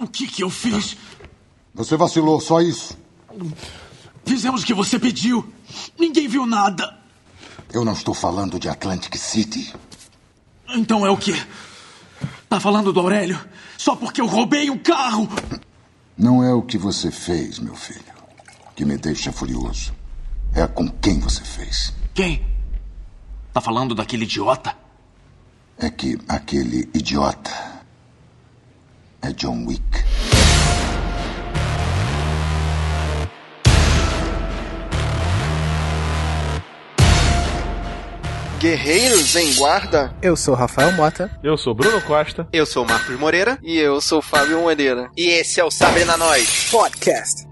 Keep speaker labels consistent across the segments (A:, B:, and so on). A: O que, que eu fiz?
B: Você vacilou, só isso.
A: Fizemos o que você pediu. Ninguém viu nada.
B: Eu não estou falando de Atlantic City.
A: Então é o quê? Tá falando do Aurélio? Só porque eu roubei um carro!
B: Não é o que você fez, meu filho, que me deixa furioso. É com quem você fez.
A: Quem? Tá falando daquele idiota?
B: É que aquele idiota é John Wick.
C: Guerreiros em Guarda.
D: Eu sou Rafael Mota.
E: Eu sou Bruno Costa.
F: Eu sou Marcos Moreira.
C: E eu sou Fábio Moreira.
F: E esse é o Sabrina Nós
D: Podcast.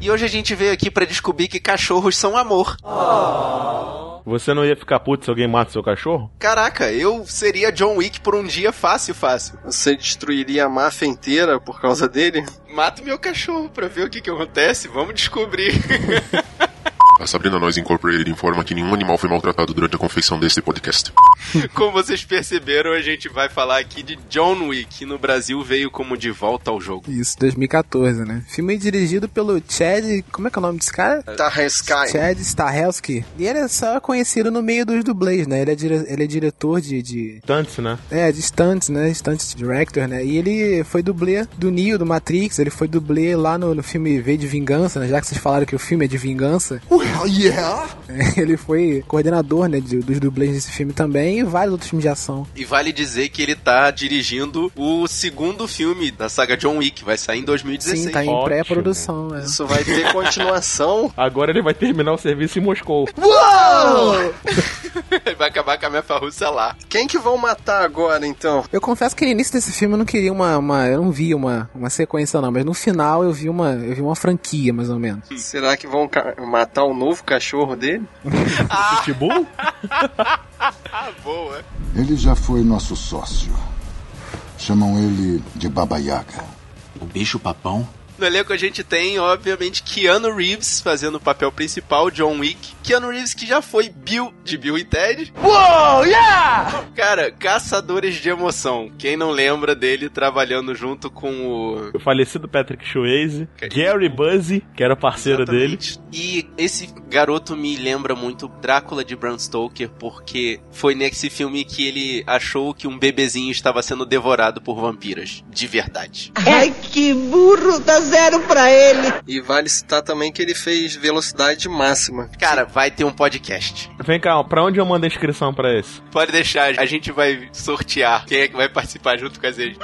C: E hoje a gente veio aqui para descobrir que cachorros são amor.
E: Você não ia ficar puto se alguém mata seu cachorro?
C: Caraca, eu seria John Wick por um dia fácil, fácil.
F: Você destruiria a máfia inteira por causa dele?
C: Mato meu cachorro pra ver o que, que acontece. Vamos descobrir.
G: A Sabrina Noise Incorporated informa que nenhum animal foi maltratado durante a confeição deste podcast.
C: como vocês perceberam, a gente vai falar aqui de John Wick, que no Brasil veio como De Volta ao Jogo.
D: Isso, 2014, né? Filme dirigido pelo Chad. Como é que é o nome desse cara?
F: Tá Sky.
D: Chad Stahelski. E ele é só conhecido no meio dos dublês, né? Ele é, dire- ele é diretor de, de.
E: Tantos, né?
D: É, de stunts, né? Stunt director, né? E ele foi dublê do Neo, do Matrix. Ele foi dublê lá no, no filme V de Vingança, né? Já que vocês falaram que o filme é de vingança. é,
B: Well, yeah!
D: Ele foi coordenador, né? de- dos dublês desse filme também. E vários outros filmes de ação.
C: E vale dizer que ele tá dirigindo o segundo filme da saga John Wick, vai sair em 2016.
D: Sim, tá em
E: Ótimo.
D: pré-produção, é.
F: Isso vai ter continuação.
E: Agora ele vai terminar o serviço em Moscou.
C: Ele vai acabar com a minha farruça lá.
F: Quem que vão matar agora, então?
D: Eu confesso que no início desse filme eu não queria uma. uma- eu não vi uma, uma sequência, não, mas no final eu vi uma. Eu vi uma franquia, mais ou menos.
F: Será que vão ca- matar o novo cachorro dele?
E: Pitbull?
C: Boa.
B: Ele já foi nosso sócio. Chamam ele de Baba Yaga.
A: O bicho papão?
C: No elenco a gente tem, obviamente, Keanu Reeves fazendo o papel principal, John Wick. Keanu Reeves que já foi Bill, de Bill e Ted. Uou, yeah! Cara, Caçadores de Emoção. Quem não lembra dele trabalhando junto com o...
E: O falecido Patrick Swayze. Gary Buzzy, que era parceiro dele.
C: Exatamente. E esse garoto me lembra muito Drácula de Bram Stoker, porque foi nesse filme que ele achou que um bebezinho estava sendo devorado por vampiras. De verdade.
F: É.
H: Ai, que burro, dá zero pra ele.
F: E vale citar também que ele fez velocidade máxima.
C: Cara, vai ter um podcast.
E: Vem cá, pra onde eu mando a inscrição pra esse?
C: Pode deixar, a gente vai sortear quem é que vai participar junto com a gente.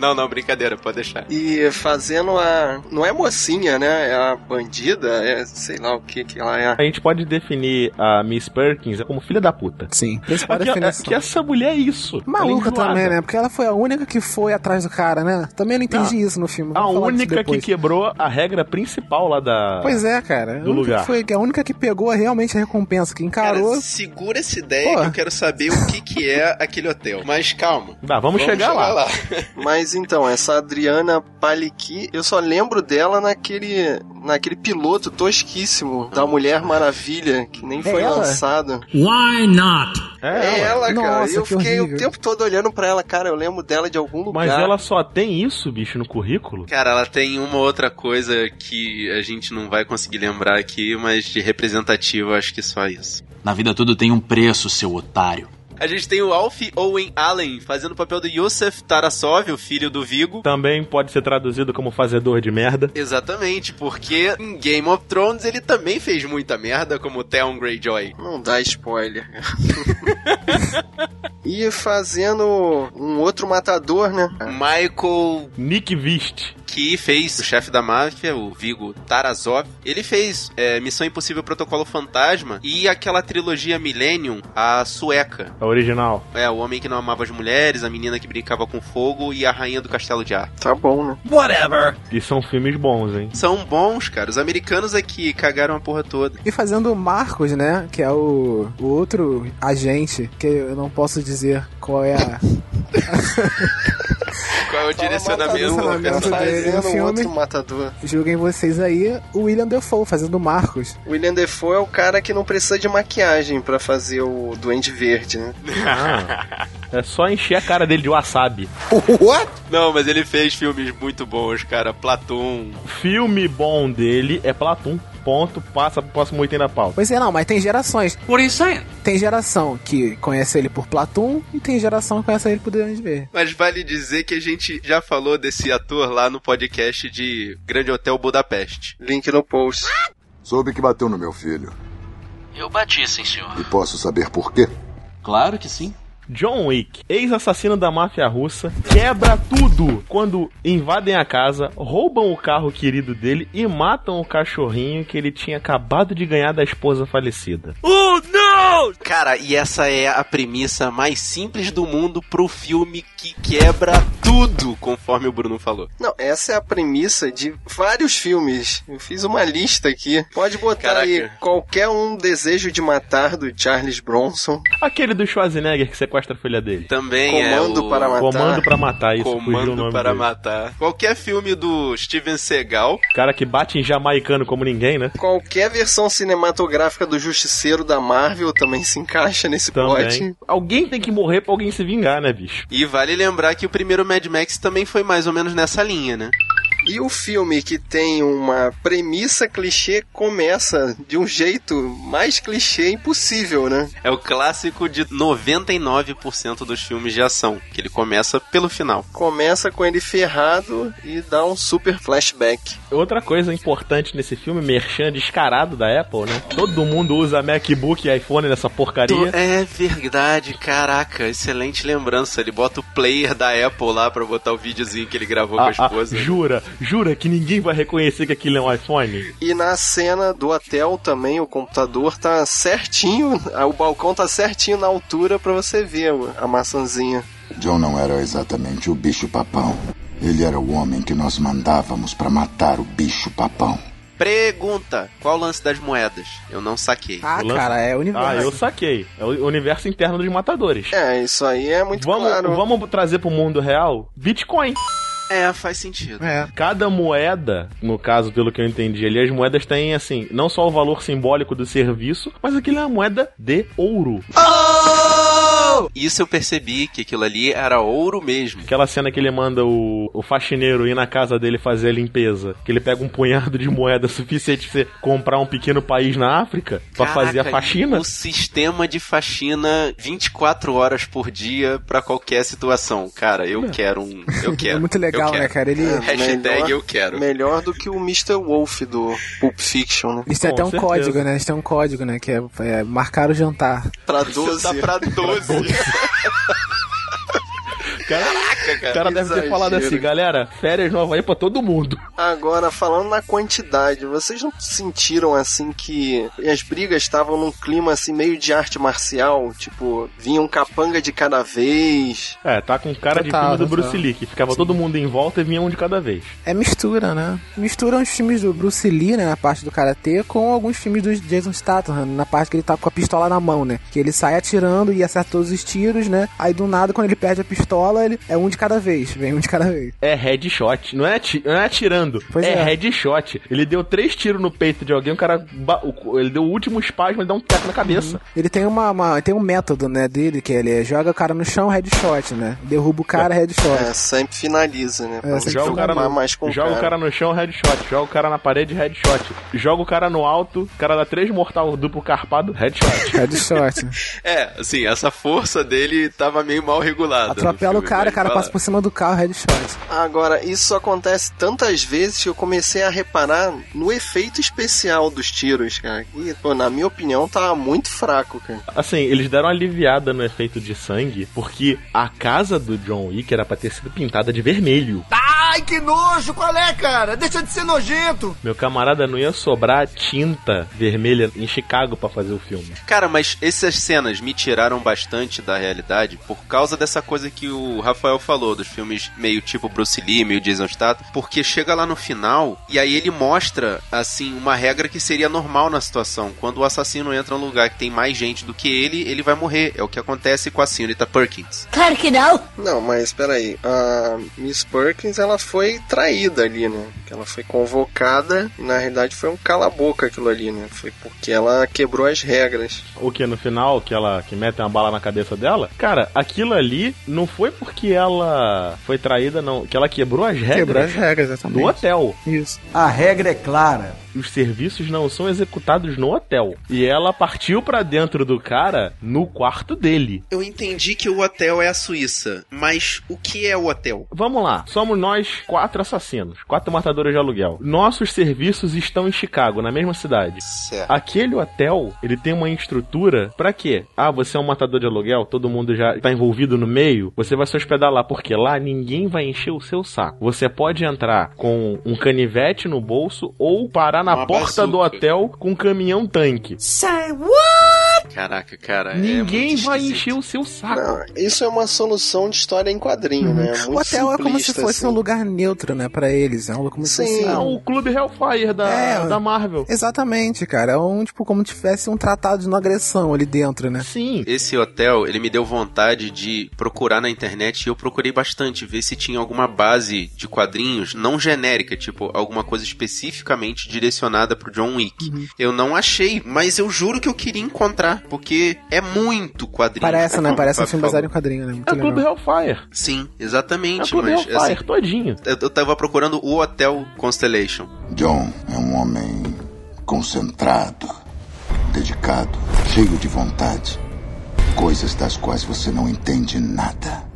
C: Não, não, brincadeira, pode deixar.
F: E fazendo a. Não é mocinha, né? É a bandida, é sei lá o que que ela é.
E: A gente pode definir a Miss Perkins como filha da puta.
D: Sim. Principal
E: Aqui,
D: definição.
E: que essa mulher é isso. Ela é
D: Maluca
E: enjoada.
D: também, né? Porque ela foi a única que foi atrás do cara, né? Também não entendi isso no filme.
E: A
D: vamos falar disso
E: única que
D: depois.
E: quebrou a regra principal lá da.
D: Pois é, cara. A
E: Do
D: única que
E: lugar.
D: Foi, a única que pegou realmente a recompensa, que encarou.
C: Cara, segura essa ideia
D: Pô.
C: que eu quero saber o que, que é aquele hotel. Mas calma.
E: Dá, Ah, vamos, chegar, lá.
F: Mas então, essa Adriana Paliqui, eu só lembro dela naquele. naquele piloto tosquíssimo da Mulher Maravilha, que nem foi
D: ela?
F: lançado.
A: Why not?
F: É ela, cara.
D: Nossa,
F: eu
D: que
F: fiquei
D: horrível.
F: o tempo todo olhando pra ela, cara. Eu lembro dela de algum lugar.
E: Mas ela só tem isso, bicho, no currículo?
C: Cara, ela tem uma outra coisa que a gente não vai conseguir lembrar aqui, mas de representativa acho que só isso.
A: Na vida tudo tem um preço, seu otário.
C: A gente tem o Alf Owen Allen fazendo o papel do Yosef Tarasov, o filho do Vigo.
E: Também pode ser traduzido como fazedor de merda.
C: Exatamente, porque em Game of Thrones ele também fez muita merda, como Theon Greyjoy.
F: Não dá spoiler. e fazendo um outro matador, né?
C: Michael,
E: Nick Vist.
C: que fez o chefe da máfia, o Vigo Tarazov, ele fez é, Missão Impossível Protocolo Fantasma e aquela trilogia Millennium, a sueca.
E: A original.
C: É, o homem que não amava as mulheres, a menina que brincava com fogo e a rainha do castelo de ar.
F: Tá bom, né?
E: E são filmes bons, hein?
C: São bons, cara. Os americanos aqui cagaram a porra toda.
D: E fazendo o Marcos, né? Que é o, o outro agente, que eu não posso dizer qual é a.
C: qual é o direcionamento.
D: direcionamento.
C: cara.
D: dele no
F: Fazendo um
D: filme.
F: outro matador.
D: Julguem vocês aí, o William Defoe fazendo o Marcos.
F: William Defoe é o cara que não precisa de maquiagem pra fazer o Duende Verde, né?
E: É só encher a cara dele de wasabi.
C: Não, mas ele fez filmes muito bons, cara. Platum.
E: O filme bom dele é Platum. Ponto, passa pro próximo item da pauta.
D: Pois é, não, mas tem gerações.
A: What are you saying?
D: Tem geração que conhece ele por Platum e tem geração que conhece ele por Duende Verde.
C: Mas vale dizer que a gente já falou desse ator lá no podcast de Grande Hotel Budapeste.
F: Link no post.
B: Soube que bateu no meu filho.
I: Eu bati, sim, senhor.
B: E posso saber por quê?
I: Claro que sim.
E: John Wick, ex-assassino da máfia russa, quebra tudo quando invadem a casa, roubam o carro querido dele e matam o cachorrinho que ele tinha acabado de ganhar da esposa falecida.
C: Oh, não! Cara, e essa é a premissa mais simples do mundo pro filme que quebra tudo, conforme o Bruno falou.
F: Não, essa é a premissa de vários filmes. Eu fiz uma lista aqui. Pode botar
C: Caraca.
F: aí qualquer um desejo de matar do Charles Bronson.
E: Aquele do Schwarzenegger que sequestra a filha dele.
C: Também
F: Comando
C: é o...
F: para matar.
E: Comando pra matar É isso, fugiu o
C: Comando
E: nome
C: para
E: dele.
C: matar. Qualquer filme do Steven Seagal.
E: Cara que bate em jamaicano como ninguém, né?
F: Qualquer versão cinematográfica do Justiceiro da Marvel também se encaixa nesse
E: Também.
F: plot.
E: Alguém tem que morrer pra alguém se vingar, né, bicho?
C: E vale lembrar que o primeiro Mad Max também foi mais ou menos nessa linha, né?
F: E o filme que tem uma premissa clichê começa de um jeito mais clichê impossível, né?
C: É o clássico de 99% dos filmes de ação, que ele começa pelo final.
F: Começa com ele ferrado e dá um super flashback.
E: Outra coisa importante nesse filme, merchan descarado da Apple, né? Todo mundo usa MacBook e iPhone nessa porcaria.
C: É verdade, caraca, excelente lembrança. Ele bota o player da Apple lá pra botar o videozinho que ele gravou
E: Ah,
C: com a
E: ah,
C: esposa.
E: jura, jura que ninguém vai reconhecer que aquilo é um iPhone?
F: E na cena do hotel também o computador tá certinho, o balcão tá certinho na altura pra você ver a maçãzinha.
B: John não era exatamente o bicho-papão. Ele era o homem que nós mandávamos pra matar o bicho-papão.
C: Pergunta: qual o lance das moedas? Eu não saquei.
D: Ah,
E: Lance-
D: cara, é o universo.
E: Ah, eu saquei. É o universo interno dos matadores.
F: É, isso aí é muito
E: Vamos,
F: claro.
E: vamos trazer pro mundo real Bitcoin.
C: É, faz sentido.
D: É.
E: Cada moeda, no caso, pelo que eu entendi ali, as moedas têm, assim, não só o valor simbólico do serviço, mas aquilo é uma moeda de ouro.
C: Isso eu percebi que aquilo ali era ouro mesmo.
E: Aquela cena que ele manda o, o faxineiro ir na casa dele fazer a limpeza, que ele pega um punhado de moeda suficiente pra você comprar um pequeno país na África pra
C: Caraca,
E: fazer a faxina.
C: O sistema de faxina 24 horas por dia pra qualquer situação. Cara, eu quero um. Eu quero.
D: É muito legal,
C: eu quero.
D: né, cara? Ele,
E: É.
C: Hashtag
F: Melhor-
C: eu quero.
F: Melhor do que o Mr. Wolf do Pulp Fiction, né?
D: eles têm
E: Com
D: até um
E: certeza.
D: código, né? Eles têm um código, né? Que é, é marcar o jantar.
F: Pra
C: Tá
F: 12.
C: pra 12.
E: Caraca, cara. O cara deve ter falado assim,
F: exagero.
E: galera, férias nova aí pra todo mundo.
F: Agora, falando na quantidade, vocês não sentiram assim que as brigas estavam num clima assim meio de arte marcial? Tipo, vinha um capanga de cada vez.
E: É, tá com cara de
D: Total,
E: filme do
D: total.
E: Bruce Lee, que ficava todo mundo em volta e vinha um de cada vez.
D: É mistura, né? Misturam os filmes do Bruce Lee, né? Na parte do Karatê, com alguns filmes do Jason Statham, na parte que ele tá com a pistola na mão, né? Que ele sai atirando e acerta todos os tiros, né? Aí do nada, quando ele perde a pistola, ele é um de cada vez. Vem um de cada vez.
E: É headshot. Não é, ati- não é atirando.
D: Pois
E: é,
D: é.
E: headshot. Ele deu três tiros no peito de alguém, o cara. ba- o- Ele deu o último espasmo, ele dá um teco na cabeça.
D: Ele tem uma, uma- tem um método, né, dele, que ele joga o cara no chão, headshot, né? Derruba o cara, headshot.
F: É, sempre finaliza, né? Pra
D: É,
F: você
D: sempre
E: Joga o, cara
F: filmar
E: no,
F: mais com
E: joga o cara no chão, headshot. Joga o cara na parede, headshot. Joga o cara no alto, o cara dá três mortal duplo carpado, headshot.
D: Headshot.
C: É, assim, essa força dele tava meio mal
E: Tá
C: regulada.
D: Atropela
C: no
D: o
C: filme,
D: cara,
C: né?
D: o cara
C: Fala.
D: passa por cima do carro, headshot.
F: Agora, isso acontece tantas vezes que eu comecei a reparar no efeito especial dos tiros, cara. E, pô, na minha opinião, tava muito fraco, cara.
E: Assim, eles deram uma aliviada no efeito de sangue, porque a casa do John Wick era pra ter sido pintada de vermelho.
I: Ah,
J: Ai, que nojo! Qual é, cara? Deixa de ser nojento!
E: Meu camarada não ia sobrar tinta vermelha em Chicago pra fazer o filme.
C: Cara, mas essas cenas me tiraram bastante da realidade por causa dessa coisa que o Rafael falou, dos filmes meio tipo Bruce Lee, meio Jason Statham, porque chega lá no final e aí ele mostra, assim, uma regra que seria normal na situação. Quando o assassino entra num lugar que tem mais gente do que ele, ele vai morrer. É o que acontece com a senhorita Perkins.
F: Claro que não! Não, mas peraí. A Miss Perkins, ela foi traída ali, né? Que Ela foi convocada e na realidade foi um cala-boca aquilo ali, né? Foi porque ela quebrou as regras.
E: O que no final, que ela que mete uma bala na cabeça dela, cara, aquilo ali não foi porque ela foi traída, não. Que ela quebrou as regras.
D: Quebrou É, as regras, exatamente.
E: Do hotel.
D: Isso.
E: A regra é clara. Os serviços não são executados no hotel. E ela partiu pra dentro do cara no quarto dele.
C: Eu entendi que o hotel é a Suíça, mas o que é o hotel?
E: Vamos lá, somos nós quatro assassinos, quatro matadores de aluguel. Nossos serviços estão em Chicago, na mesma cidade.
C: Certo.
E: Aquele hotel, ele tem uma estrutura pra quê? Ah, você é um matador de aluguel, todo mundo já tá envolvido no meio, você vai se hospedar lá, porque lá ninguém vai encher o seu saco. Você pode entrar com um canivete no bolso ou parar na
C: Uma
E: porta do
C: bazuca.
E: hotel com um caminhão tanque.
J: Say
H: uh!
J: what?
C: Caraca,
D: É,
C: cara. é
E: Ninguém vai encher o seu saco.
F: Isso é uma solução de história em quadrinho, né? É
E: Um
D: O
F: muito
D: hotel é como se
F: simplista,
D: fosse um
F: assim.
D: lugar neutro, né, pra eles. É um lugar como se fosse...
E: É o clube Hellfire da,
D: É.
E: da Marvel.
D: Exatamente, cara. É um, tipo, como se tivesse um tratado de não agressão ali dentro, né?
E: Sim.
C: Esse hotel, ele me deu vontade de procurar na internet e eu procurei bastante, ver se tinha alguma base de quadrinhos não genérica, tipo alguma coisa especificamente direcionada pro John Wick.
D: Uhum.
C: Eu não achei, mas eu juro que eu queria encontrar, porque é muito quadrinho.
D: Parece, né?
C: Como
D: Parece
C: o
D: um
C: Fábio
D: filme
C: falou.
D: baseado em quadrinho, né? Muito
E: É o clube
D: legal.
E: Hellfire.
C: Sim,
E: É o
C: exatamente,
E: clube
C: mas
E: Hellfire,
C: assim,
E: todinho.
C: eu, eu tava procurando o Hotel Constellation.
B: John é um homem concentrado, dedicado, cheio de vontade. Coisas das quais você não entende nada.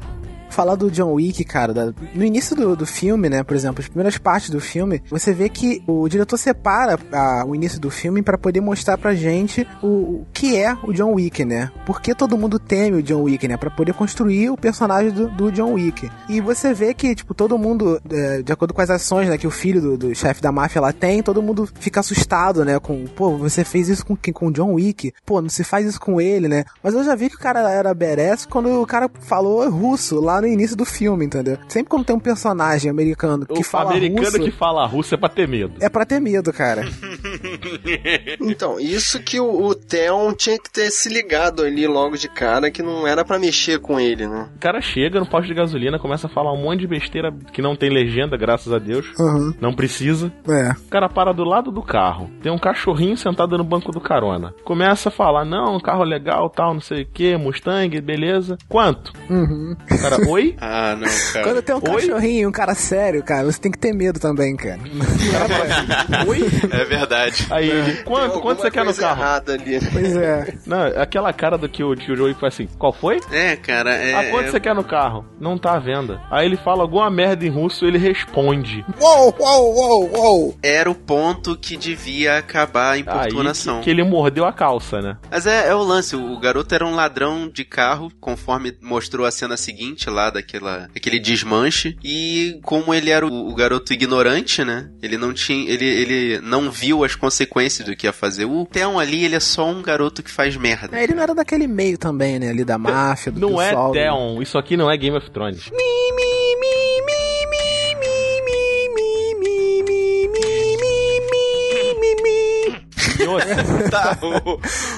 D: Falar do John Wick, cara, da- no início do, do filme, né, por exemplo, as primeiras partes do filme, você vê que o diretor separa a- o início do filme pra poder mostrar pra gente o, o que é o John Wick, né? Por que todo mundo teme o John Wick, né? Pra poder construir o personagem do, do John Wick. E você vê que, tipo, todo mundo, é, de acordo com as ações, né, que o filho do, do chefe da máfia lá tem, todo mundo fica assustado, né, com, pô, você fez isso com, quem? com o John Wick, pô, não se faz isso com ele, né? Mas eu já vi que o cara era badass quando o cara falou russo lá no início do filme, entendeu? Sempre quando tem um personagem americano que
E: o
D: fala
E: americano
D: russo,
E: que fala russo é pra ter medo.
D: é pra ter medo, cara.
F: Então, isso que o, o Theon tinha que ter se ligado ali logo de cara, que não era pra mexer com ele, né?
E: O cara chega no posto de gasolina, começa a falar um monte de besteira que não tem legenda, graças a Deus.
D: Uhum.
E: Não precisa.
D: É.
E: O cara para do lado do carro. Tem um cachorrinho sentado no banco do carona. Começa a falar: não, carro legal, tal, não sei o que, Mustang, beleza. Quanto?
D: Uhum.
E: O cara, oi?
C: Ah, não, cara.
D: Quando tem um
E: Oi?
D: cachorrinho, um cara sério, cara, você tem que ter medo também, cara.
C: É verdade.
E: Aí ele,
F: É, Tem
E: quanto?
F: alguma
E: Quanto você quer no
F: coisa
E: carro?
C: Ah,
F: errada ali, né?
D: Pois é.
E: Não, aquela cara do que o tio Joey foi assim, qual foi?
C: É, cara, é.
E: ah, quanto
C: é-
E: você quer no carro? Não tá à venda. Aí ele fala alguma merda em russo, ele responde.
D: Uou, uou, uou, uou.
C: Era o ponto que devia acabar a
E: Aí
C: importunação.
E: que, que ele mordeu a calça, né?
C: Mas é, é o lance, o garoto era um ladrão de carro, conforme mostrou a cena seguinte lá daquela, daquele desmanche. E como ele era o, o garoto ignorante, né? Ele não tinha. Ele, ele não viu as consequências do que ia fazer. O Theon ali, ele é só um garoto que faz merda.
D: É, Ele não era daquele meio também, né, ali da máfia, do
E: Não é
D: pessoal. né?
E: Theon, isso aqui não é Game of Thrones. Nossa,
C: Tá,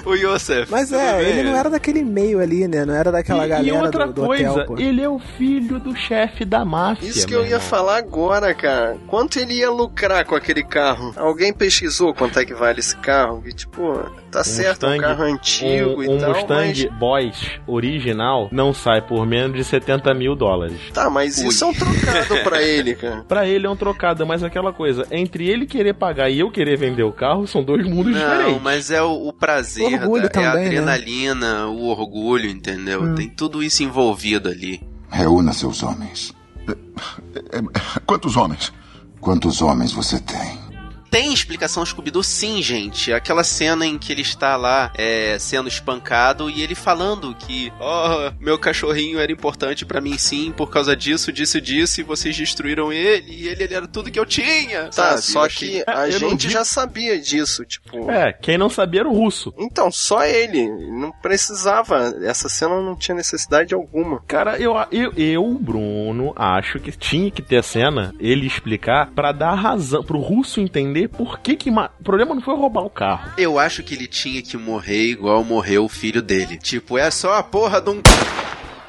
C: o, o Yosef.
D: Mas
C: tudo
D: é,
C: bem.
D: ele não era daquele meio ali, né? Não era daquela
E: e,
D: galera
E: e outra
D: do, do
E: coisa,
D: hotel, pô.
E: ele é o filho do chefe da máfia.
F: Isso que
E: é meu
F: eu ia
E: irmão.
F: falar agora, cara. Quanto ele ia lucrar com aquele carro? Alguém pesquisou quanto é que vale esse carro? Que, tipo, tá certo, é um
E: Mustang,
F: carro antigo
E: Um,
F: e
E: um
F: tal,
E: Mustang Boys original não sai por menos de 70 mil dólares.
F: mas... Tá, mas
C: Ui.
F: isso é um trocado pra ele, cara.
E: Pra ele é um trocado, mas aquela coisa, entre ele querer pagar e eu querer vender o carro, são dois mundos
C: Não,
E: diferentes.
C: mas é o, o prazer,
D: O orgulho
C: da- é a
D: também, né? Hum.
C: adrenalina, o orgulho, entendeu? Tem tudo isso envolvido ali.
B: Reúna seus homens.
G: É, Quantos homens?
B: Quantos homens você tem?
C: tem explicação Scooby-Doo sim, gente. Aquela cena em que ele está lá é, sendo espancado e ele falando que, ó, meu cachorrinho era importante pra mim sim, por causa disso, disso e disso, e vocês destruíram ele, e ele, ele era tudo que eu tinha.
F: Tá,
C: sabe? Eu
F: só
C: achei-
F: que
E: É,
F: a
E: eu não
F: gente
E: vi-
F: já sabia disso, tipo.
E: É, quem não sabia era o russo.
F: Então, só ele. Não precisava. Essa cena não tinha necessidade alguma.
E: Cara, eu, eu, eu, Bruno, acho que tinha que ter a cena, ele explicar, pra dar razão, pro russo entender por que que. ma- O problema não foi roubar o carro.
C: Eu acho que ele tinha que morrer igual morreu o filho dele. Tipo, é só a porra de um.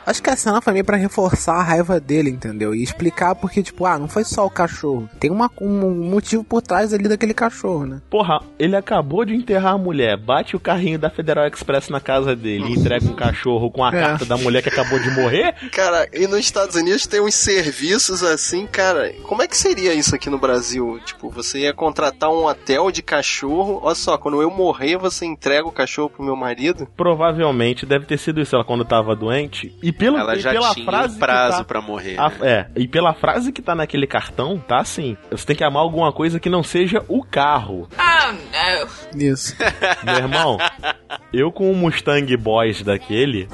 D: Acho que a cena foi meio pra reforçar a raiva dele, entendeu? E explicar porque, tipo, ah, não foi só o cachorro. Tem uma, um um motivo por trás ali daquele cachorro, né?
E: Porra, ele acabou de enterrar a mulher, bate o carrinho da Federal Express na casa dele, entrega um cachorro com a
D: É.
E: carta da mulher que acabou de morrer.
F: Cara, e nos Estados Unidos tem uns serviços assim, cara. Como é que seria isso aqui no Brasil? Tipo, você ia contratar um hotel de cachorro. Olha só, quando eu morrer, você entrega o cachorro pro meu marido?
E: Provavelmente deve ter sido isso ela quando tava doente. E, pelo,
C: Ela
E: e
C: já
E: pela
C: tinha
E: frase
C: um
E: que
C: prazo
E: tá-
C: pra morrer.
E: A-
C: né?
E: é, e pela frase que tá naquele cartão, tá assim: você tem que amar alguma coisa que não seja o carro.
H: Ah,
D: Isso.
E: Meu irmão, eu com o Mustang Boys daquele.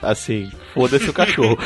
E: Assim, foda-se o cachorro.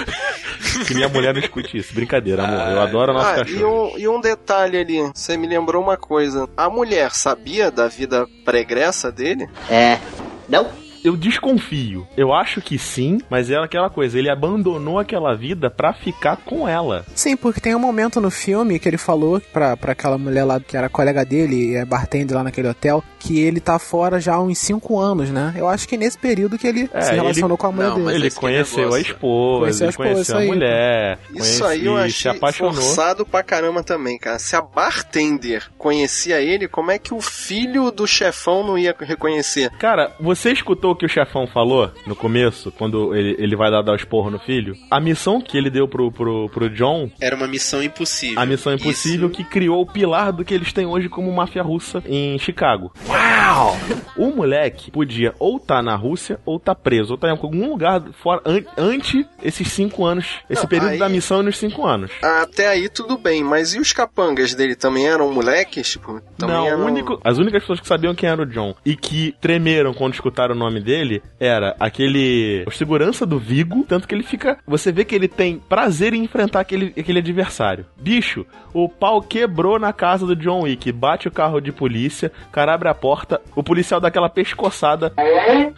E: que minha mulher não escute isso. Brincadeira, amor. Eu adoro É nosso
F: Ah, e
E: cachorro.
F: um, e um detalhe ali, você me lembrou uma coisa. A mulher sabia da vida pregressa dele?
H: É. Não?
E: Eu desconfio. Eu acho que sim, mas é aquela coisa. Ele abandonou aquela vida pra ficar com ela.
D: Sim, porque tem um momento no filme que ele falou pra, pra aquela mulher lá que era colega dele, é bartender lá naquele hotel, que ele tá fora já há uns 5 anos, né? Eu acho que nesse período que ele
E: É,
D: se relacionou com a mulher
C: Não,
D: dele.
C: mas
E: ele
C: esse que é
E: conheceu a
C: negócio.
E: esposa,
D: Conheceu a
E: ele
D: esposa,
E: conheceu a
D: isso aí.
E: mulher.
F: Isso aí eu
E: conheci, se
F: achei
E: apaixonou.
F: forçado pra caramba também, cara. Se a bartender conhecia ele, como é que o filho do chefão não ia reconhecer?
E: Cara, você escutou o que o chefão falou no começo, quando ele, ele vai dar, dar os porros no filho? A missão que ele deu pro, pro, pro John,
C: Era uma missão impossível.
E: a missão impossível
C: Isso.
E: que criou o pilar do que eles têm hoje como máfia russa em Chicago. Uau! O moleque podia ou tá na Rússia, ou tá preso, ou tá em algum lugar fora, an ante esses cinco anos, esse
F: Não,
E: período
F: aí-
E: da missão e nos cinco anos.
F: Até aí tudo bem, mas e os capangas dele também eram moleques? Tipo, também
E: não,
F: eram...
E: o único, as únicas pessoas que sabiam quem era o John e que tremeram quando escutaram o nome dele era aquele o segurança do Vigo, tanto que ele fica, você vê que ele tem prazer em enfrentar aquele, aquele adversário. Bicho, o pau quebrou na casa do John Wick, bate o carro de polícia, o cara abre a porta, o policial dá aquela pescoçada.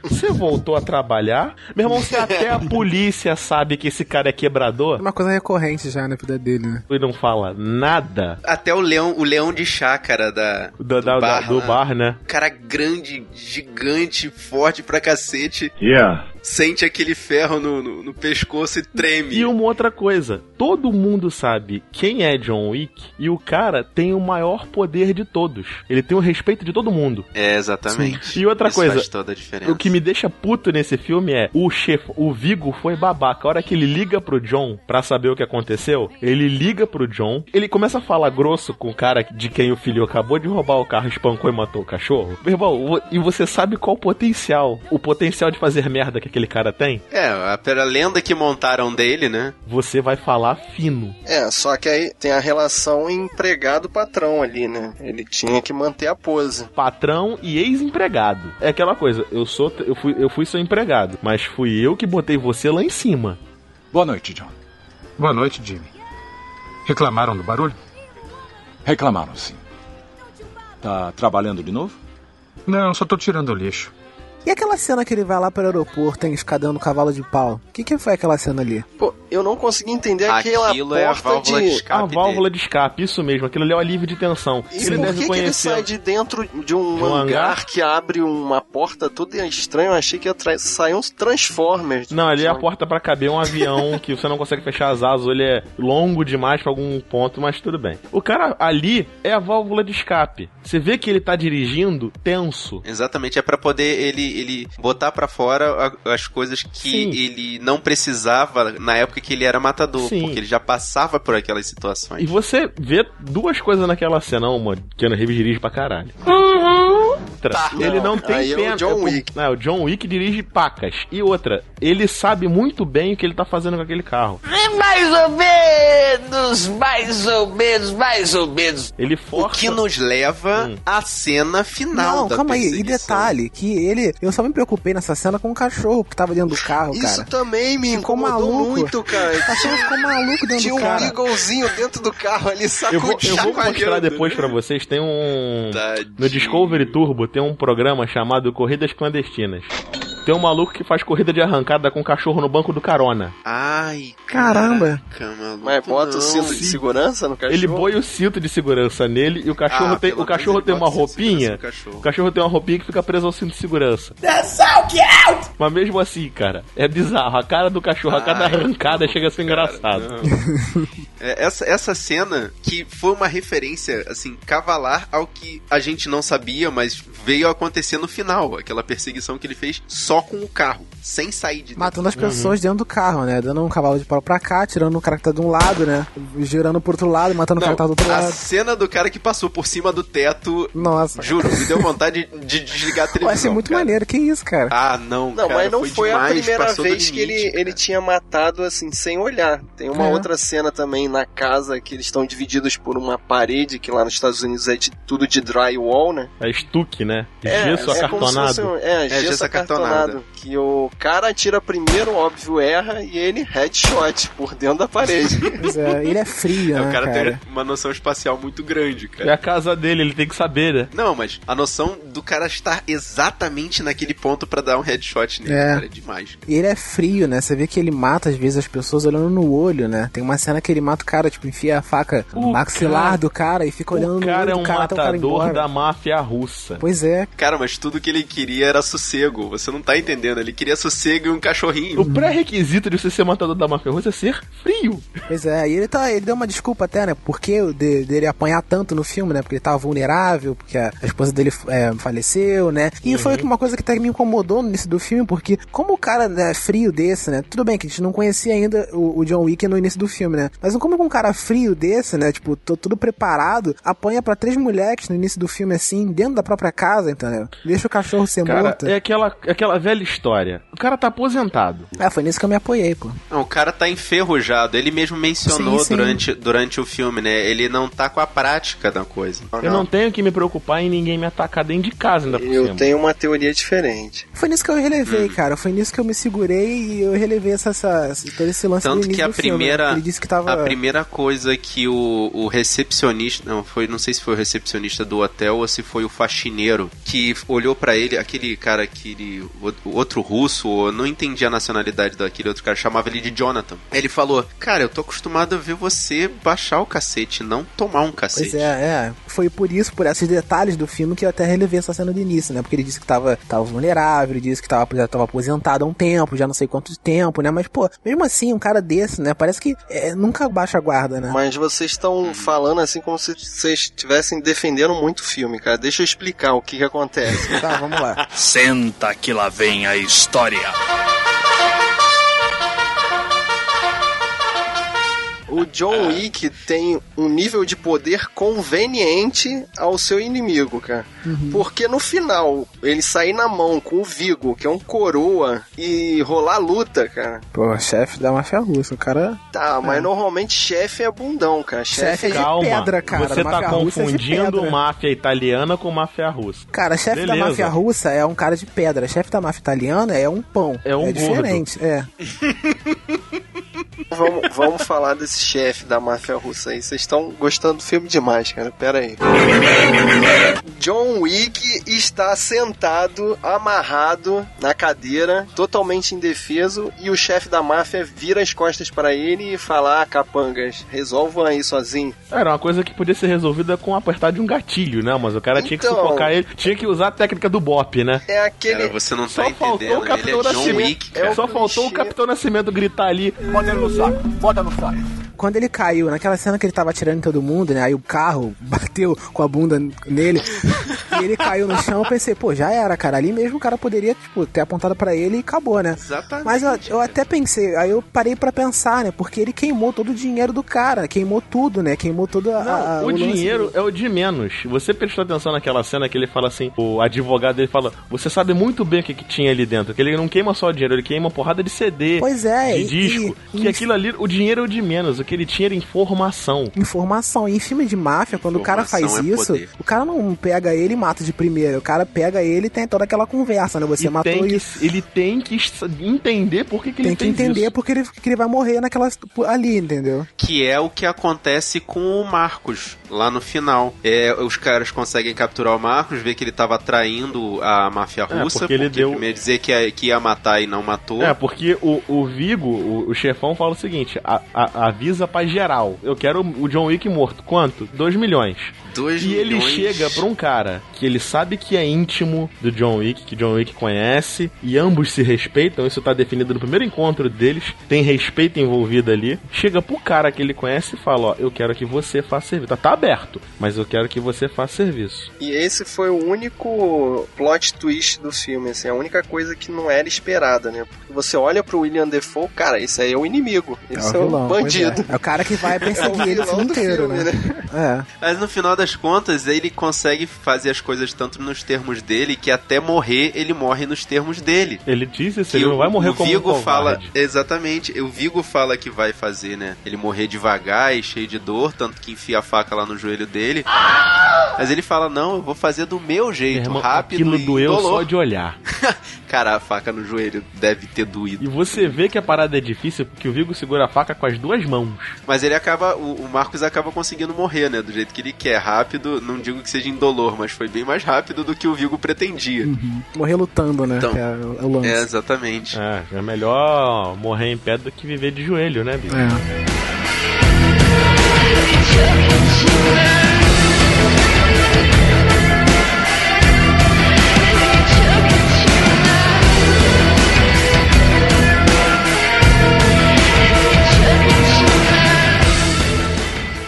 E: Você voltou a trabalhar? Meu irmão, se até a polícia sabe que esse cara é
D: É
E: quebrador,
D: uma coisa recorrente já na vida dele, né?
E: ele não fala nada
C: Até o leão, o leão de chácara da,
E: do, da- da- do
C: lá.
E: bar, né?
C: Cara grande, gigante, forte pra cacete,
E: Yeah.
C: sente aquele ferro no, no, no pescoço e treme.
E: E uma outra coisa, todo mundo sabe quem é John Wick e o cara tem o maior poder de todos. Ele tem o respeito de todo mundo.
C: É, exatamente.
E: E outra
C: Isso
E: coisa,
C: faz toda a diferença.
E: O que me deixa puto nesse filme é o chefe, o Vigo foi babaca. A hora que ele liga pro John pra saber o que aconteceu, ele liga pro John, ele começa a falar grosso com o cara de quem o filho acabou de roubar o carro, espancou e matou o cachorro. Meu irmão, vo- e você sabe qual o potencial, o potencial de fazer merda que aquele cara tem?
C: É, a, pela lenda que montaram dele, né?
E: Você vai falar fino.
F: É, só que aí tem a relação empregado-patrão ali, né? Ele tinha que manter a pose.
E: patrão e ex-empregado. É aquela coisa, eu sou eu fui, eu fui seu empregado, mas fui eu que botei você lá em cima.
K: Boa noite, John. Boa noite, Jimmy. Reclamaram do barulho? Reclamaram, sim. Tá trabalhando de novo? Não, só tô tirando o lixo.
D: E aquela cena que ele vai lá pro aeroporto, hein, escadando cavalo de pau? O que, que foi aquela cena ali?
F: Pô, eu não consegui entender aquela
C: Aquilo é a
F: porta
C: válvula de,
F: de...
E: A
C: escape
E: válvula de escape, isso mesmo, aquilo ali é o alívio de tensão.
F: E por que, que ele sai de dentro de um,
E: De um
F: hangar,
E: hangar?
F: que abre uma porta toda estranha? Eu achei que ia tra... sair uns Transformers.
E: Não, ali é a
F: Sabe?
E: porta pra caber um avião que você não consegue fechar as asas, ou ele é longo demais pra algum ponto, mas tudo bem. O cara ali é a válvula de escape. Você vê que ele tá dirigindo tenso.
C: Exatamente, é pra poder ele, ele botar pra fora a- as coisas que
E: Sim.
C: ele não precisava na época que ele era matador,
E: Sim.
C: porque ele já passava por aquelas
E: E
C: situações.
E: você vê duas coisas naquela cena, uma que Keanu Reeves dirige pra caralho. outra, ele não tem
F: aí é o
E: pena.
F: John
E: por-
F: Wick.
E: Não, o John Wick dirige pacas. E outra, ele sabe muito bem o que ele tá fazendo com aquele carro.
H: É Mais ou menos, mais ou menos, mais ou menos.
E: Ele força.
C: O que nos leva à cena final
D: Não,
C: da
D: calma aí. E
C: perseguição.
D: detalhe, que ele. Eu só me preocupei nessa cena com o cachorro que tava dentro do carro,
F: Isso
D: cara.
F: também me
D: Ficou
F: incomodou
D: maluco.
F: muito, cara.
D: O cachorro ficou maluco dentro
F: Tinha
D: do
F: um
D: carro.
F: eaglezinho dentro do carro ali,
E: Eu vou, eu vou mostrar
F: sacudindo.
E: depois pra vocês, tem um...
F: Tá.
E: No Discovery Turbo tem um programa chamado Corridas Clandestinas. Tem um maluco que faz corrida de arrancada com um cachorro no banco do carona.
C: Ai,
D: Caramba.
C: caraca, maluco,
F: Mas bota
C: não.
F: o cinto de segurança no cachorro.
E: Ele põe o cinto de segurança nele e o cachorro
F: Ah,
E: tem,
F: pelo
E: o cachorro
F: menos
E: tem
F: ele
E: uma
F: bota o cinto de
E: roupinha.
F: segurança no cachorro.
E: O cachorro tem uma roupinha que fica preso ao cinto de segurança.
J: That's out, get out!
E: Mas mesmo assim, cara, é bizarro. A cara do cachorro, a
F: Ah,
E: cada arrancada chega a ser engraçado.
C: É, essa, essa cena que foi uma referência, assim, cavalar ao que a gente não sabia, mas veio acontecer no final. Aquela perseguição que ele fez só com o carro, sem sair de
D: Matando as pessoas dentro do carro, né? Dando um cavalo de pau pra cá, tirando o cara que tá de um lado, né? Girando pro outro lado, matando o cara que tá do outro
C: a
D: lado.
C: cena do cara que passou por cima do teto,
D: Nossa.
C: juro, me deu vontade de desligar a televisão.
D: Vai ser é muito
C: cara.
D: maneiro, que isso, cara.
C: Ah, não,
F: Não,
C: cara,
F: mas não foi,
C: demais,
F: a primeira
C: passou do
F: vez que
C: limite,
F: ele, ele tinha matado assim, sem olhar. Tem uma
D: É.
F: outra cena também na casa que eles estão divididos por uma parede, que lá nos Estados Unidos é de- tudo de drywall, né?
E: É estuque, né?
F: É,
E: Gesso
F: é como se fosse um-
E: acartonado.
F: É, gesso,
C: gesso
F: acartonado.
C: acartonado.
F: Que o cara atira primeiro, óbvio, erra, e ele headshot por dentro da parede.
D: Pois é, ele é frio,
C: É,
D: né,
C: o cara,
D: cara?
C: tem uma noção espacial muito grande,
E: É
C: cara.
E: a casa dele, ele tem que saber, né?
C: Não, mas a noção do cara estar exatamente naquele ponto pra dar um headshot nele,
D: É.
C: cara, é demais. cara.
D: E ele é frio, né? Você vê que ele mata, às vezes, as pessoas olhando no olho, né? Tem uma cena que ele mata o cara, tipo, enfia a faca no
E: O
D: maxilar
E: cara-
D: do cara e fica olhando
E: O cara é
D: no olho
E: um
D: do cara até o cara ir
E: matador
D: embora.
E: da máfia russa.
D: Pois é.
C: Cara, mas tudo que ele queria era sossego. Você não tá entendendo. Ele queria sossego e um cachorrinho.
E: O pré-requisito de você ser matador da máfia russa é ser frio.
D: Pois é, e ele, tá, ele deu uma desculpa até, né? Porque o de- dele apanhar tanto no filme, né? Porque ele tava vulnerável, porque a, a esposa dele é, faleceu, né? E foi
E: Uhum.
D: uma coisa que até me incomodou no início do filme, porque como o cara né, frio desse, né? Tudo bem que a gente não conhecia ainda o, o John Wick no início do filme, né? Mas como que um cara frio desse, né? Tipo, tô tudo preparado, apanha pra três moleques no início do filme, assim, dentro da própria casa, entendeu? Deixa o cachorro ser
E: Cara,
D: morto.
E: é aquela, aquela velha história. O cara tá aposentado.
D: Ah, foi nisso que eu me apoiei, pô.
C: Não, o cara tá enferrujado. Ele mesmo mencionou
D: Sim, sim.
C: Durante, durante o filme, né? Ele não tá com a prática da coisa.
E: Eu não tenho que me preocupar em ninguém me atacar dentro de casa ainda por
F: Eu
E: cima.
F: tenho uma teoria diferente.
D: Foi nisso que eu
C: Hum.
D: relevei, cara. Foi nisso que eu me segurei e eu relevei essa, essa, esse- todo esse lance do
C: Tanto
D: início
C: que a
D: do filme, né?
C: primeira,
D: Ele disse que tava.
C: a primeira coisa que o, o recepcionista, não foi, não sei se foi o recepcionista do hotel ou se foi o faxineiro que olhou pra ele, aquele cara que ele, o outro russo, ou eu não entendi a nacionalidade daquele outro cara, chamava ele de Jonathan. Ele falou: "Cara, eu tô acostumado a ver você baixar o cacete, não tomar um cacete".
D: Pois é, é. Foi por isso, por esses detalhes do filme, que eu até relevei essa cena do início, né? Porque ele disse que tava, tava vulnerável, ele disse que tava, já tava aposentado há um tempo, já não sei quanto tempo, né? Mas, pô, mesmo assim, um cara desse, né? Parece que é, nunca baixa a guarda, né?
F: Mas vocês estão falando assim como se vocês estivessem defendendo muito o filme, cara. Deixa eu explicar o que, que acontece.
D: Tá, vamos lá.
L: Senta que lá vem a história.
F: O John Wick tem um nível de poder conveniente ao seu inimigo, cara. Porque no final, ele sair na mão com o Vigo, que é um coroa, e rolar a luta, cara.
D: Pô, chefe da máfia russa, o cara.
F: Tá, mas normalmente chefe é bundão, cara.
D: Chefe
F: Chefe é
D: é de pedra, cara.
E: Você
D: máfia
E: tá
D: russa é de
E: confundindo
D: pedra.
E: máfia italiana com máfia russa.
D: Cara, chefe da
E: Beleza.
D: máfia russa é um cara de pedra, chefe da máfia italiana é um pão.
E: É um gordo.
D: diferente, é.
F: Vamos, vamos falar desse chefe da máfia russa aí. Vocês estão gostando do filme demais, cara. Pera aí. John Wick está sentado, amarrado na cadeira, totalmente indefeso, e o chefe da máfia vira as costas para ele e fala: ah, capangas, resolvam aí sozinho.
E: Era uma coisa que podia ser resolvida com apertar de um gatilho, né? Mas o cara tinha que
F: Então.
E: sufocar ele, tinha que usar a técnica do bop, né?
F: É aquele.
C: Cara, você não tá
E: Só faltou o
C: entendendo. Ele
E: Capitão
C: é John
E: Nascimento.
C: Wick, cara.
F: É
E: Só
F: o
E: faltou o
F: clichê.
E: Capitão Nascimento gritar ali.
J: Bota ele no saco, bota no saco.
D: Quando ele caiu, naquela cena que ele tava atirando em todo mundo, né? Aí o carro bateu com a bunda nele. E ele caiu no chão, eu pensei, pô, já era, cara. Ali mesmo o cara poderia, tipo, ter apontado pra ele e acabou, né?
C: Exatamente.
D: Mas eu, eu até pensei, aí eu parei pra pensar, né? Porque ele queimou todo o dinheiro do cara, queimou tudo, né? Queimou toda a- a.
E: O
D: lance
E: dinheiro é o de menos. Você prestou atenção naquela cena que ele fala assim: o advogado dele fala, você sabe muito bem o que, que tinha ali dentro. Que ele não queima só dinheiro, ele queima uma porrada de CD,
D: Pois é,
E: de
D: e-
E: disco.
D: e-
E: que aquilo ali, o dinheiro é o de menos. O que ele tinha era informação.
D: Informação. E em filme de máfia, quando o cara faz
E: Informação é
D: isso,
E: poder.
D: o cara não pega ele e mata de primeira. O cara pega ele e tem toda aquela conversa, né? Você
E: E
D: matou
E: tem que-
D: isso.
E: ele tem que s- entender por que, que ele
D: Tem que
E: fez
D: entender
E: isso.
D: porque ele, que ele vai morrer naquela ali, entendeu?
C: Que é o que acontece com o Marcos lá no final. É, os caras conseguem capturar o Marcos, ver que ele tava traindo a máfia
E: É,
C: russa,
E: porque ele deu-
C: primeiro dizer que ia, que ia matar e não matou.
E: É, porque o, o Vigo, o, o chefão, fala o seguinte: a- a- avisa pra geral. Eu quero o John Wick morto. Quanto? 2 milhões.
C: Dois
E: e ele
C: milhões.
E: chega pra um cara que ele sabe que é íntimo do John Wick, que John Wick conhece, e ambos se respeitam. Isso tá definido no primeiro encontro deles. Tem respeito envolvido ali. Chega pro cara que ele conhece e fala: Ó, eu quero que você faça serviço. Tá, tá aberto, mas eu quero que você faça serviço.
F: E esse foi o único plot twist do filme, assim, a única coisa que não era esperada, né? Porque você olha pro William Defoe, cara, esse aí é o inimigo, esse é o,
D: pois
F: bandido.
D: É. É o cara que vai perseguir ele o filme inteiro, né?
C: Mas no final das contas, ele consegue fazer as coisas tanto nos termos dele que até morrer, ele morre nos termos dele.
E: Ele diz isso,
C: Que
E: ele
C: o-
E: não vai morrer
C: o
E: como um
C: Vigo
E: covarde.
C: fala Exatamente, o Vigo fala que vai fazer, né? Ele morrer devagar e cheio de dor, tanto que enfia a faca lá no joelho dele. Mas ele fala: Não, eu vou fazer do meu jeito,
E: Irmão,
C: rápido.
E: aquilo
C: e
E: doeu
C: indolor."
E: só de olhar.
C: Cara, a faca no joelho deve ter doído.
E: E você vê que a parada é difícil porque o Vigo segura a faca com as duas mãos.
C: Mas ele acaba, o, o Marcos acaba conseguindo morrer, né? Do jeito que ele quer, rápido. Não digo que seja indolor, mas foi bem mais rápido do que o Vigo pretendia.
E: Uhum.
D: Morrer lutando, né?
C: Então,
D: que é, o- é o lance.
C: É, exatamente.
E: É, é melhor morrer em pé do que viver de joelho, né, Vigo?
D: É.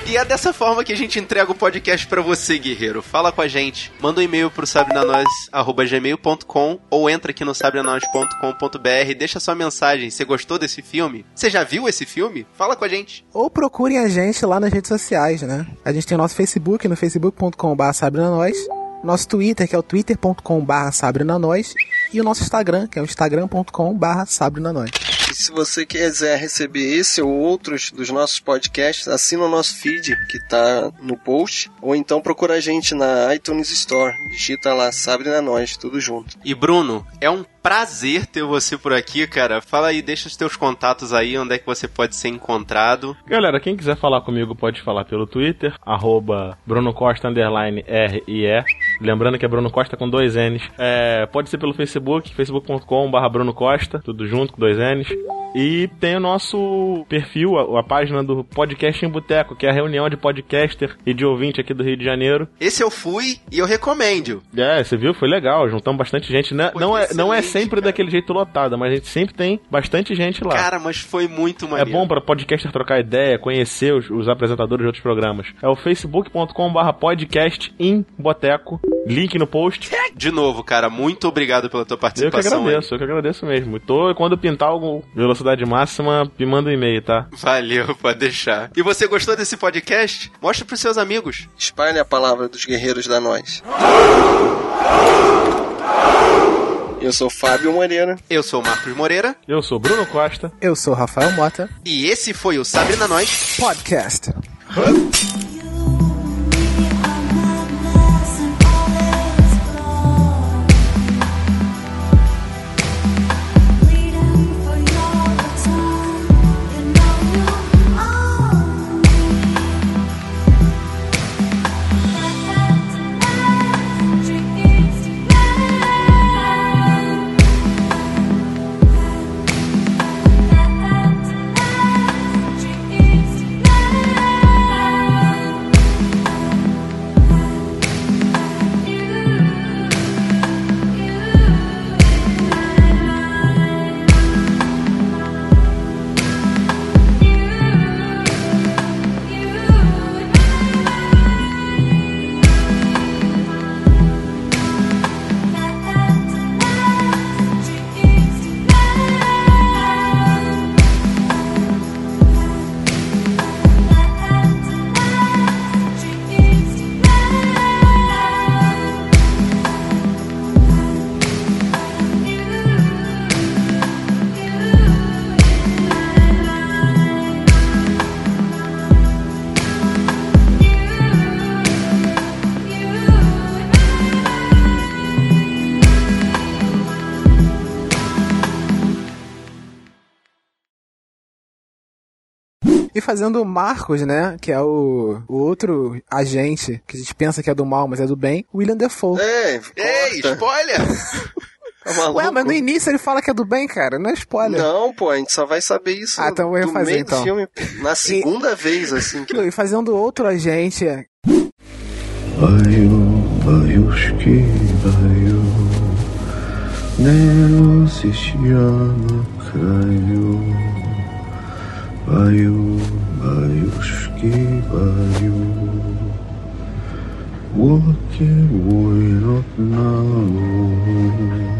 C: E é dessa forma que a gente entrega o podcast pra você, guerreiro. Fala com a gente. Manda um e-mail pro sabrenanois.gmail.com ou entra aqui no sabrenanois.com.br. Deixa sua mensagem. Você gostou desse filme? Você já viu esse filme? Fala com a gente.
D: Ou procurem a gente lá nas redes sociais, né? A gente tem o nosso Facebook, no facebook.com.br sabrinanois, nosso Twitter, que é o twitter.com.br sabrinanois, e o nosso Instagram, que é o instagram.com.br sabrinanois.
F: E se você quiser receber esse ou outros dos nossos podcasts, assina o nosso feed que tá no post, ou então procura a gente na iTunes Store, digita lá Sabrina Nós, tudo junto.
C: E Bruno, é um prazer ter você por aqui, cara. Fala aí, deixa os teus contatos aí, onde é que você pode ser encontrado.
E: Galera, quem quiser falar comigo pode falar pelo Twitter, arroba Bruno Costa, underline R e E. Lembrando que é Bruno Costa com dois N's. É, pode ser pelo Facebook, facebook.com barra Bruno Costa, tudo junto com dois N's. E tem o nosso perfil, a, a página do Podcast em Boteco, que é a reunião de podcaster e de ouvinte aqui do Rio de Janeiro.
C: Esse eu fui e eu recomendo.
E: É, você viu? Foi legal, juntamos bastante gente. né? Não, é, não é sempre daquele jeito lotada, mas a gente sempre tem bastante gente lá.
C: Cara, mas foi muito
E: É
C: maneiro.
E: bom pra podcaster trocar ideia, conhecer os, os apresentadores de outros programas. É o facebook.com.br podcast em boteco. Link no post.
C: De novo, cara, muito obrigado pela tua
E: Eu que
C: participação. aí.
E: agradeço, eu que agradeço mesmo. Tô, quando pintar algum velocidade máxima, me manda um e-mail, tá?
C: Valeu, pode deixar. E você gostou desse podcast? Mostra pros seus amigos.
F: Espalhe a palavra dos guerreiros da Nós. Eu sou Fábio Moreira.
C: Eu sou o Marcos Moreira.
E: Eu sou Bruno Costa.
D: Eu sou o Rafael Mota.
C: E esse foi o Sabrina Nós.
D: Podcast.
M: Thank you
D: E fazendo o Marcos, né? Que é o, o outro agente que a gente pensa que é do mal, mas é do bem, William Defoe.
F: Ei, tá
C: Ei, spoiler!
D: Ué, mas no início ele fala que é do bem, cara. Não é spoiler.
F: Não, pô, a gente só vai saber isso
D: Ah, então eu vou
F: do
D: refazer,
F: meio
D: então.
F: do filme. Na segunda vez, assim. que-
D: E fazendo outro agente.
M: Baio, baiushki, baio. Neo sishiano kraio. Baio, baiushki, baio. Woke, woirot nao.